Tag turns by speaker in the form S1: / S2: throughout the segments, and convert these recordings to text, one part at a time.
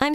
S1: I'm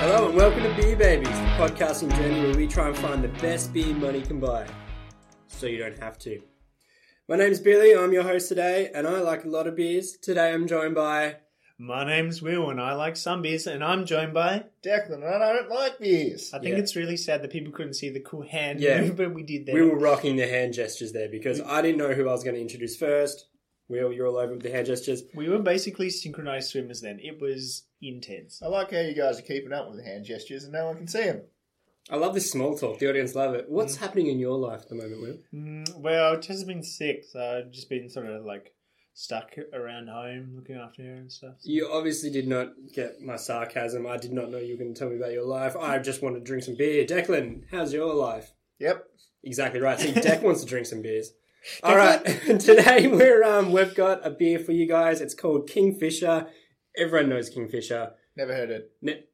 S2: Hello and welcome to Beer Babies, the podcasting journey where we try and find the best beer money can buy, so you don't have to. My name's Billy. I'm your host today, and I like a lot of beers. Today I'm joined by
S3: My name's Will, and I like some beers, and I'm joined by.
S4: Declan, I don't like beers.
S3: I think
S2: Yeah.
S3: it's really sad that people couldn't see the cool hand
S2: Yeah.
S3: movement we did there.
S2: we were rocking the hand gestures there because I didn't know who I was going to introduce first. Will, you're all over with the hand gestures.
S3: We were basically synchronized swimmers then. It was intense.
S4: I like how you guys are keeping up with the hand gestures and no one can see them.
S2: I love this small talk. The audience love it. What's happening in your life at the moment, Will?
S3: Mm, well, Tess has been sick, so I've just been sort of like stuck around home looking after her and stuff.
S2: You obviously did not get my sarcasm. I did not know you were going to tell me about your life. I just want to drink some beer. Declan, how's your life?
S4: Yep.
S2: Exactly right. See, Deck wants to drink some beers. All right, today we're um we've got a beer for you guys. It's called Kingfisher. Everyone knows Kingfisher,
S4: Never heard it
S2: Ne-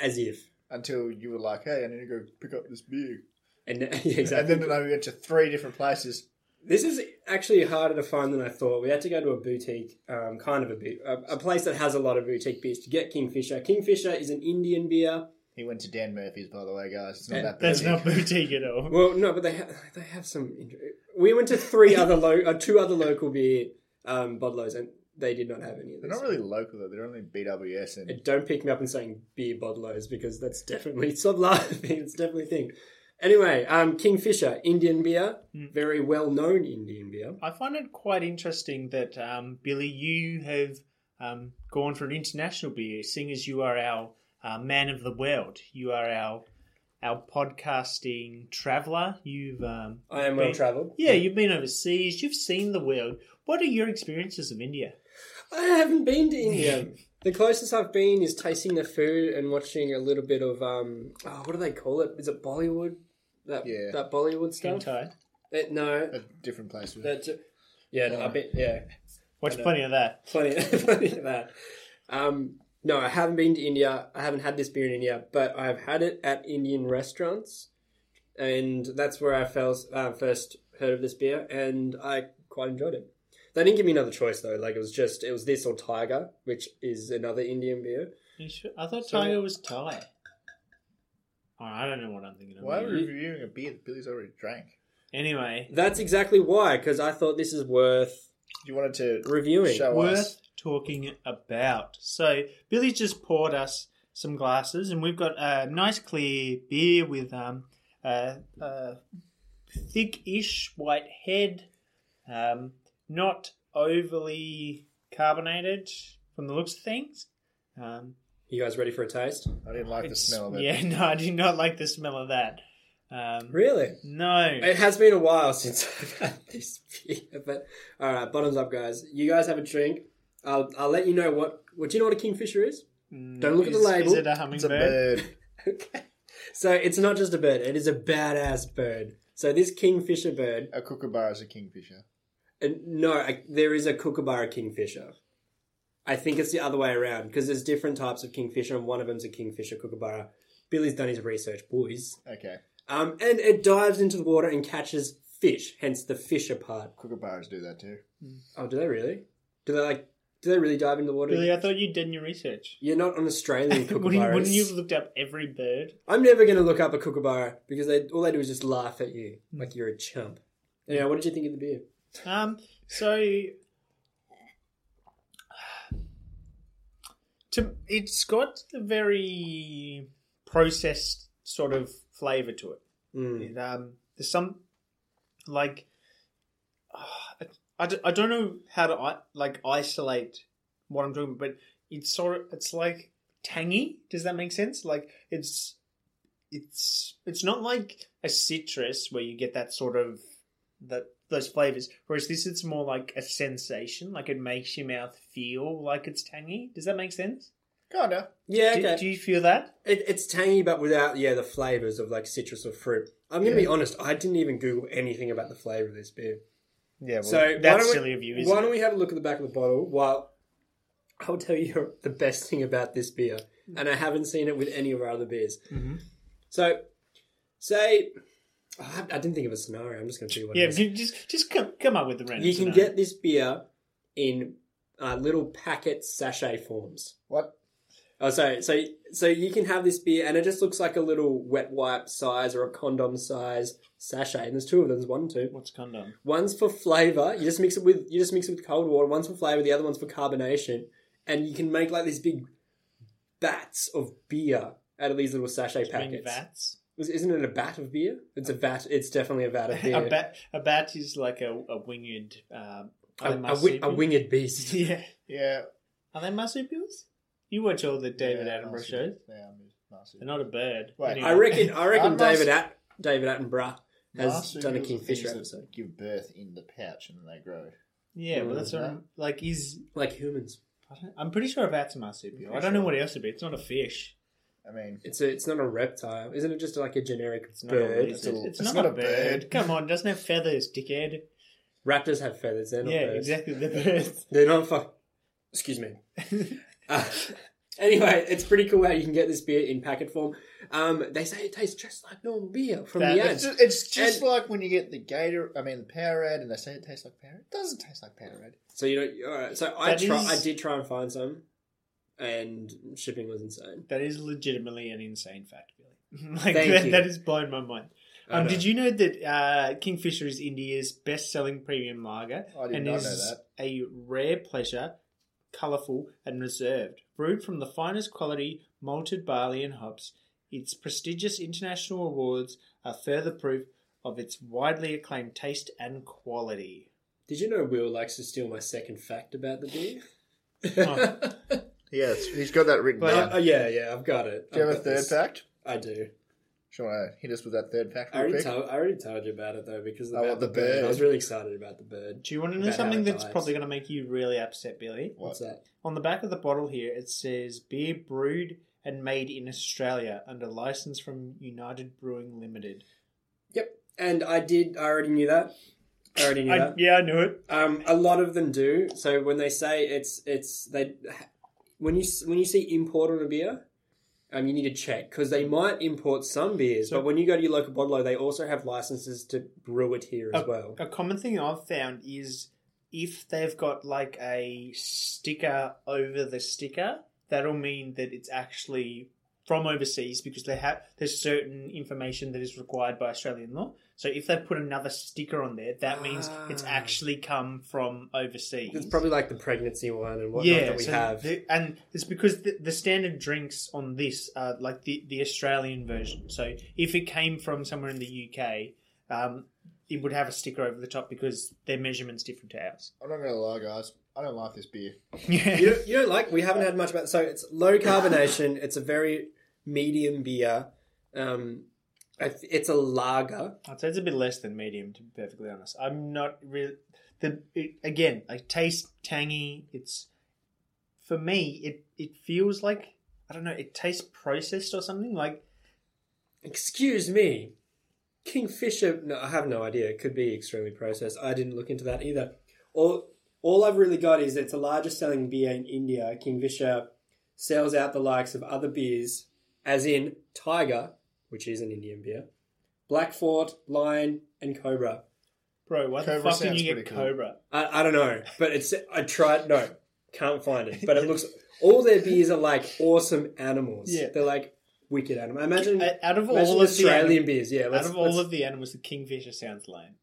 S2: as if.
S4: until you were like, hey, I need to go pick up this beer.
S2: And yeah, exactly.
S4: And then I went to three different places.
S2: this is actually harder to find than I thought. We had to go to a boutique, um, kind of a, bit, a a place that has a lot of boutique beers to get Kingfisher. Kingfisher is an Indian beer.
S4: He went to Dan Murphy's, by the way, guys. It's not
S2: Yeah,
S4: that bad.
S3: That's not boutique at all.
S2: Well, no, but they ha- they have some. inter- We went to three other lo- uh, two other local beer um, bottlers, and they did not have any of
S4: They're
S2: this.
S4: not really local, though. They're only BWS.
S2: And
S4: And
S2: don't pick me up and saying beer bottlers because that's definitely stop laughing. It's definitely a thing. Anyway, um, Kingfisher Indian beer,
S3: Mm.
S2: very well known Indian beer.
S3: I find it quite interesting that, um, Billy, you have um, gone for an international beer, seeing as you are our uh, man of the world. You are our our podcasting traveller. You've um,
S2: I am
S3: been-
S2: well travelled.
S3: Yeah, you've been overseas. You've seen the world. What are your experiences of India?
S2: I haven't been to India. the closest I've been is tasting the food and watching a little bit of um, oh, what do they call it? Is it Bollywood? That
S4: Yeah.
S2: that Bollywood stuff.
S3: Hentai.
S2: Eh, no,
S4: a different place.
S2: that's yeah. No, I bet yeah.
S3: Watch plenty of that.
S2: plenty, plenty of that. Um, no, I haven't been to India. I haven't had this beer in India, but I've had it at Indian restaurants, and that's where I fell, uh, first heard of this beer, and I quite enjoyed it. They didn't give me another choice though. Like it was just it was this or Tiger, which is another Indian beer.
S3: You sure- I thought
S2: So-
S3: Tiger was Thai. Oh, I don't know what I'm thinking of.
S4: Why are we reviewing a beer that Billy's already drank?
S3: Anyway,
S2: That's exactly why, because I thought this is worth
S4: You wanted to
S2: reviewing.
S4: show us.
S3: worth talking about. So Billy's just poured us some glasses, and we've got a nice clear beer with um, a, a thick-ish white head, um, not overly carbonated from the looks of things. Um,
S2: You guys ready for a taste?
S4: I didn't like the
S3: it's-
S4: smell of it.
S3: Yeah, no, I do not like the smell of that. Um,
S2: Really?
S3: No.
S2: It has been a while since I've had this beer, but all right, bottoms up, guys. You guys have a drink. I'll, I'll let you know what. What do you know what a kingfisher is? Don't look at the
S3: Mm, Is-
S2: label.
S3: Is it a
S4: It's a
S3: hummingbird?
S4: bird.
S2: so it's not just a bird; it is a badass bird. So this kingfisher bird,
S4: A kookaburra is a kingfisher.
S2: and no, I, there is a kookaburra kingfisher. I think it's the other way around because there's different types of kingfisher, and one of them's a kingfisher kookaburra. Billy's done his research, boys.
S4: Okay.
S2: Um, and it dives into the water and catches fish, hence the fisher part.
S4: Kookaburras do that too.
S2: Oh, do they really? Do they like Do they really dive into the water?
S3: Billy, I thought you'd done your research.
S2: You're not an Australian
S3: Wouldn't,
S2: kookaburra.
S3: wouldn't you have looked up every bird?
S2: I'm never going to look up a kookaburra because they all they do is just laugh at you
S3: Hmm.
S2: like you're a chump. Anyway, what did you think of the beer?
S3: Um, so to it's got a very processed sort of flavor to it.
S2: Mm.
S3: It, um, there's some like I- I, d- I don't know how to i- like isolate what I'm doing, but it's sort of it's like tangy. Does that make sense? Like it's it's it's not like a citrus where you get that sort of that those flavors. Whereas this, it's more like a sensation. Like it makes your mouth feel like it's tangy. Does that make sense?
S4: Kinda.
S2: Yeah,
S3: Do-
S2: okay.
S3: do you feel that?
S2: It, it's tangy, but without yeah the flavors of like citrus or fruit. I'm going to be honest. I didn't even Google anything about the flavor of this beer.
S3: Yeah, well,
S2: so why
S3: that's
S2: don't we-
S3: silly of you,
S2: why
S3: isn't
S2: don't
S3: it?
S2: we have a look at the back of the bottle? While I'll tell you the best thing about this beer, and I haven't seen it with any of our other beers.
S3: Mm-hmm.
S2: So, say I, I didn't think of a scenario. I'm just going to tell you what.
S3: Yeah,
S2: it is.
S3: you just just come, come up with the random.
S2: you can
S3: scenario.
S2: get this beer in uh, little packet sachet forms.
S4: What?
S2: Oh, sorry. So, so you can have this beer, and it just looks like a little wet wipe size or a condom size sachet. And there's two of them. There's one, and two.
S3: what's condom.
S2: One's for flavor. You just mix it with you just mix it with cold water. One's for flavor. The other one's for carbonation, and you can make like these big bats of beer out of these little sachet
S3: Do you mean
S2: packets.
S3: vats?
S2: Is- Isn't it a bat of beer? It's a vat. It's definitely a vat of beer.
S3: A bat, a bat is like a, a winged. Um,
S2: A, a
S3: are they
S2: wi- a
S3: marsupial-
S2: winged beast.
S3: Yeah,
S4: Yeah.
S3: are they marsupials? You watch all the David
S4: Yeah,
S3: Attenborough
S4: Marcy.
S3: shows.
S4: Yeah, I'm just Marcy.
S3: They're not a bird.
S4: Wait,
S3: Anyway.
S2: I reckon. I reckon
S4: I'm not-
S2: David At David Attenborough has
S4: Marsupials
S2: done a
S4: are
S2: kingfisher
S4: things that
S2: episode,
S4: Give birth in the pouch and then they grow.
S3: Yeah, but that's what I'm, like is.
S2: like humans.
S3: I don't- I'm pretty sure a bat's a marsupial. I don't know what else it'd be. It's not a fish.
S4: I mean,
S2: It's a, it's not a reptile, isn't it? Just like a generic
S3: It's not a
S2: bird.
S3: lizard.
S4: It's a-
S3: It's, not, a bird. Come on, doesn't have feathers, dickhead.
S2: Raptors have feathers. They're not
S3: yeah,
S2: birds.
S3: exactly. The birds.
S2: They're not fuck. Excuse me. Uh, anyway, it's pretty cool how you can get this beer in packet form. Um, they say it tastes just like normal beer from
S3: That-
S2: the
S4: it's
S2: ads.
S4: just, it's just
S2: And-
S4: like when you get the Gator. I mean, the Powerade, and they say it tastes like Powerade. It doesn't taste like Powerade.
S2: so you know, all right. So I
S3: That
S2: try,
S3: is-
S2: I did try and find some, and shipping was insane.
S3: That is legitimately an insane fact, Billy. like
S2: Thank
S3: that,
S2: you.
S3: that has blown my mind.
S2: I
S3: Um,
S2: know.
S3: did you know that uh, Kingfisher is India's best-selling premium lager
S4: I did
S3: and
S4: not
S3: is
S4: know that.
S3: a rare pleasure, colourful and reserved. Brewed from the finest quality malted barley and hops, its prestigious international awards are further proof of its widely acclaimed taste and quality.
S2: Did you know Will likes to steal my second fact about the beer?
S3: Oh.
S4: Yes, he's got that written
S3: But-
S2: Uh, oh, yeah, yeah, I've got it.
S4: Do you
S2: I've
S4: have
S2: got
S4: a third
S2: this.
S4: fact?
S2: I do.
S4: Sure, uh, hit us with that third fact.
S2: I
S4: Real
S2: already,
S4: quick.
S2: told, I already told you about it though because
S4: I
S2: about
S4: want
S2: the
S4: the
S2: bird.
S4: bird.
S2: I was really excited about the bird.
S3: Do you want to know
S2: About how
S3: something
S2: it
S3: that's
S2: dies.
S3: probably going to make you really upset, Billy?
S2: What's that?
S3: On the back of the bottle here, it says beer brewed and made in Australia under license from United Brewing Limited.
S2: Yep. And I did. I already knew that. I already knew
S3: I,
S2: that.
S3: yeah, I knew it.
S2: Um, a lot of them do. So when they say it's it's they when you s- when you see import on a beer, um, you need to check because they might import some beers,
S3: So-
S2: but when you go to your local bottler, they also have licenses to brew it here as
S3: a,
S2: well.
S3: a common thing I've found is if they've got like a sticker over the sticker, that'll mean that it's actually from overseas because they have there's certain information that is required by Australian law. So if they put another sticker on there, that means it's
S2: Ah.
S3: actually come from overseas.
S2: It's probably like the pregnancy one and whatnot that we
S3: so
S2: have.
S3: the- and it's because the, the standard drinks on this are like the, the Australian version. So if it came from somewhere in the UK, um, it would have a sticker over the top because their measurement's different to ours.
S4: I'm not gonna lie, guys. I don't like this beer.
S2: you, don't, you don't like we haven't had much about so it's low carbonation it's a very medium beer um I th- it's a lager
S3: I'd say it's a bit less than medium, to be perfectly honest. I'm not really the it, again. I taste tangy. It's for me. It it feels like I don't know. It tastes processed or something. Like
S2: excuse me kingfisher no i have no idea it could be extremely processed i didn't look into that either all all i've really got is it's the largest selling beer in india kingfisher sells out the likes of other beers as in tiger which is an indian beer black fort lion and cobra
S3: bro, why the
S4: Cobra
S3: fuck did
S4: sounds
S3: you get
S4: pretty cool.
S3: Cobra?
S2: I, I don't know, but it's I tried no Can't find it. But it looks all their beers are like awesome animals.
S3: Yeah.
S2: They're like wicked animals. Imagine
S3: Uh, out of
S2: imagine
S3: all of the
S2: Australian
S3: anim-
S2: beers, yeah.
S3: Out
S2: let's-
S3: of all
S2: let's-
S3: of the animals, the kingfisher sounds lame.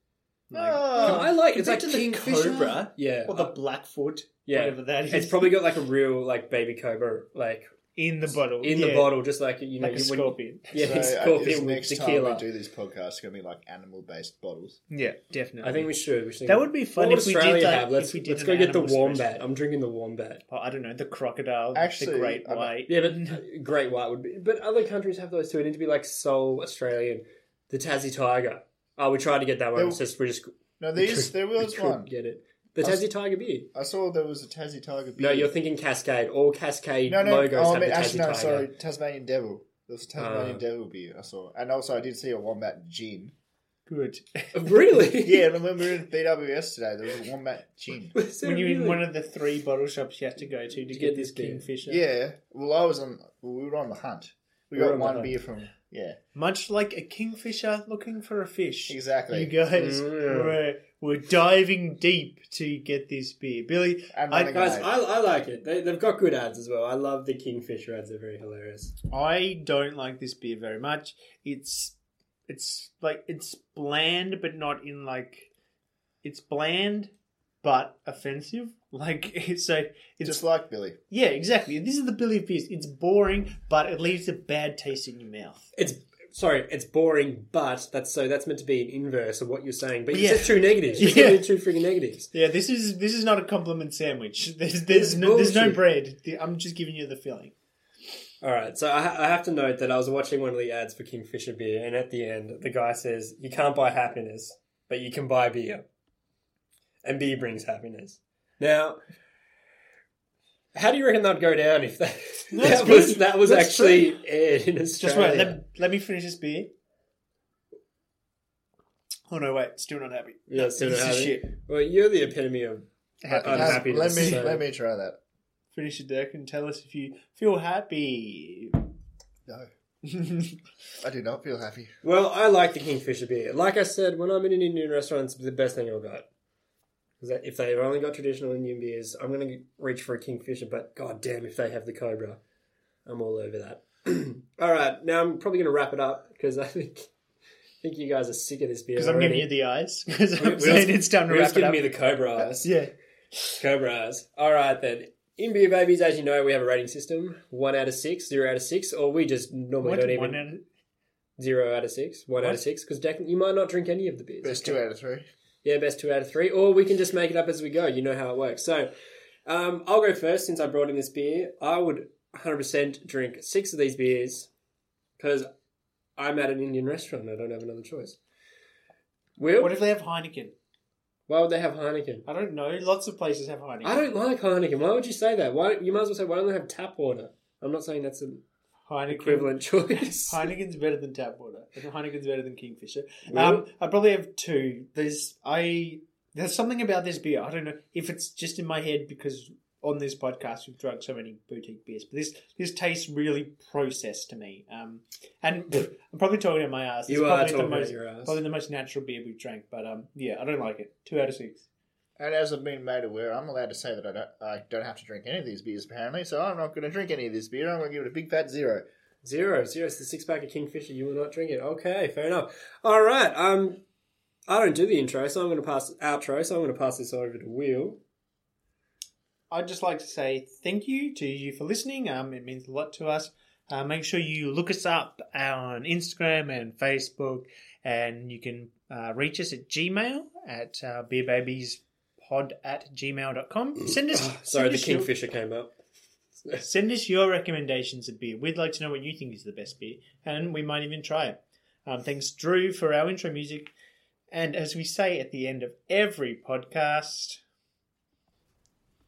S3: Ah.
S4: Oh,
S2: I like it's like
S4: compared to the
S2: King
S4: Kingfisher?
S2: Cobra. Yeah. Uh,
S3: Or the blackfoot,
S2: yeah.
S3: whatever that is.
S2: It's probably got like a real like baby cobra like
S3: in the bottle.
S2: in the
S3: yeah,
S2: bottle, just like you know
S3: like a
S2: you- when-
S3: scorpion.
S2: Yeah,
S4: So, uh,
S2: scorpion
S4: this
S2: with
S4: next
S2: tequila.
S4: time we do these podcasts, it's going to be like animal based bottles.
S3: Yeah, definitely.
S2: I think we should. We should
S3: That would be fun
S2: what
S3: if we
S2: would
S3: did
S2: Australia
S3: that-
S2: Have? Let's,
S3: if we did
S2: let's
S3: an
S2: go get the
S3: animal
S2: wombat.
S3: special.
S2: I'm drinking the wombat.
S3: Oh, I don't know the crocodile,
S4: Actually,
S3: the great
S4: I'm-
S3: white.
S2: Yeah, but Great White would be. But other countries have those too. It need to be like sole Australian, the Tassie Tiger. Oh, we tried to get that one.
S4: There-
S2: It's just we just
S4: No,
S2: we
S4: these
S2: could-
S4: there
S2: we
S4: was
S2: couldn't
S4: one.
S2: Get it. The
S4: Us-
S2: Tassie Tiger beer.
S4: I saw there was a Tassie Tiger. Beer.
S2: No, you're thinking Cascade. All Cascade
S4: No, no.
S2: logos
S4: oh, I
S2: have
S4: mean,
S2: the Tassie
S4: actually, no.
S2: Tiger.
S4: Sorry, Tasmanian Devil. There was a Tasmanian
S2: Ah.
S4: Devil beer I saw, and also I did see a wombat gin.
S3: Good.
S2: Really?
S4: Yeah, and when we were in BWS today, there was a wombat gin.
S2: Was there
S3: when you're in
S2: really?
S3: one of the three bottle shops you have to go to to, get,
S2: get
S3: this
S2: this beer.
S3: kingfisher.
S4: Yeah. Well, I was on. Well, we were on the hunt. We
S2: We were
S4: got
S2: on the
S4: one
S2: hunt.
S4: beer from. Yeah.
S3: Much like a kingfisher looking for a fish.
S4: Exactly.
S3: You guys
S2: Mm.
S3: were, were diving deep to get this beer. Billy,
S4: And
S3: I,
S4: running
S2: Guys,
S4: Right.
S2: I, I like it. They, they've got good ads as well. I love the Kingfisher ads. They're very hilarious.
S3: I don't like this beer very much. It's it's like it's bland, but not in like it's bland but offensive. Like so, it's
S4: Just like Billy.
S3: yeah, exactly. This is the Billy of beers. It's boring, but it leaves a bad taste in your mouth.
S2: It's sorry, it's boring, but that's so that's meant to be an inverse of what you're saying. But you
S3: Yeah.
S2: said two negatives. You
S3: Yeah.
S2: said two freaking negatives.
S3: Yeah, this is this is not a compliment sandwich. There's
S2: It's
S3: there's no, there's no
S2: bullshit.
S3: bread. I'm just giving you the feeling.
S2: All right, so I, ha- I have to note that I was watching one of the ads for Kingfisher beer, and at the end, the guy says, "You can't buy happiness, but you can buy beer, and beer brings happiness." Now, how do you reckon that'd go down if that
S3: That's
S2: that was
S3: good.
S2: that was
S3: That's
S2: actually aired in
S3: Just
S2: Australia?
S3: wait. Let, let me finish this beer. Oh no! Wait, still not happy.
S2: yeah, so
S3: This is
S2: how do-
S3: shit.
S2: Well, you're the epitome of
S3: Happiness.
S2: I'm
S4: Uh,
S2: happy to
S4: let me
S2: say-
S4: let me try that.
S3: Finish your deck and tell us if you feel happy.
S4: No, I do not feel happy.
S2: Well, I like the Kingfisher beer. Like I said, when I'm in an Indian restaurant, it's the best thing I've got. 'Cause that- If they've only got traditional Indian beers, I'm going to reach for a Kingfisher, but god damn if they have the Cobra. I'm all over that. all right, now I'm probably going to wrap it up because I think I think you guys are sick of this beer.
S3: Because I'm giving
S2: already.
S3: you the eyes. Because
S2: We're-
S3: I'm
S2: we're
S3: saying
S2: just-
S3: it's time to
S2: we're
S3: wrap
S2: just
S3: it up.
S2: giving me the Cobra eyes.
S3: yeah.
S2: Cobra eyes. All right, then. In beer babies, as you know, we have a rating system one out of six, zero out of six, or we just normally
S3: What,
S2: don't even
S3: one out of,
S2: zero out of six, one out
S3: What?
S2: of six, because you might not drink any of the beers.
S4: Best two out of three.
S2: Yeah, best two out of three. Or we can just make it up as we go. You know how it works. So um, I'll go first since I brought in this beer. I would 100% drink six of these beers because I'm at an Indian restaurant. I don't have another choice. Will,
S3: what if they have Heineken?
S2: why would they have Heineken?
S3: I don't know. Lots of places have Heineken.
S2: I don't like Heineken. Why would you say that? Why You might as well say, why don't they have tap water? I'm not saying that's an
S3: Heineken.
S2: equivalent choice.
S3: Heineken's better than tap water. I think Heineken's better than Kingfisher. Um,
S2: Really?
S3: I probably have two. There's I. There's something about this beer. I don't know if it's just in my head because on this podcast we've drunk so many boutique beers, but this this tastes really processed to me. Um, and pff, I'm probably talking out my ass.
S2: You are
S3: probably the
S2: talking out
S3: most-
S2: your ass.
S3: Probably the most natural beer we've drank, but um, yeah, I don't like it. Two out of six.
S4: And as I've been made aware, I'm allowed to say that I don't, I don't have to drink any of these beers, apparently, so I'm not going to drink any of this beer. I'm going to give it a big fat zero.
S2: Zero, zero. It's the six pack of Kingfisher. You will not drink it. Okay, fair enough. All right. Um, I don't do the intro, so I'm going to pass outro. So I'm going to pass this over to Will.
S3: I'd just like to say thank you to you for listening. Um, it means a lot to us. Uh, make sure you look us up on Instagram and Facebook, and you can uh, reach us at Gmail at uh, beerbabiespod at gmail.com. Send us
S2: Sorry,
S3: send
S2: the
S3: us your-
S2: Kingfisher came up.
S3: Send us your recommendations of beer. We'd like to know what you think is the best beer, and we might even try it. Um, thanks, Drew, for our intro music. And as we say at the end of every podcast,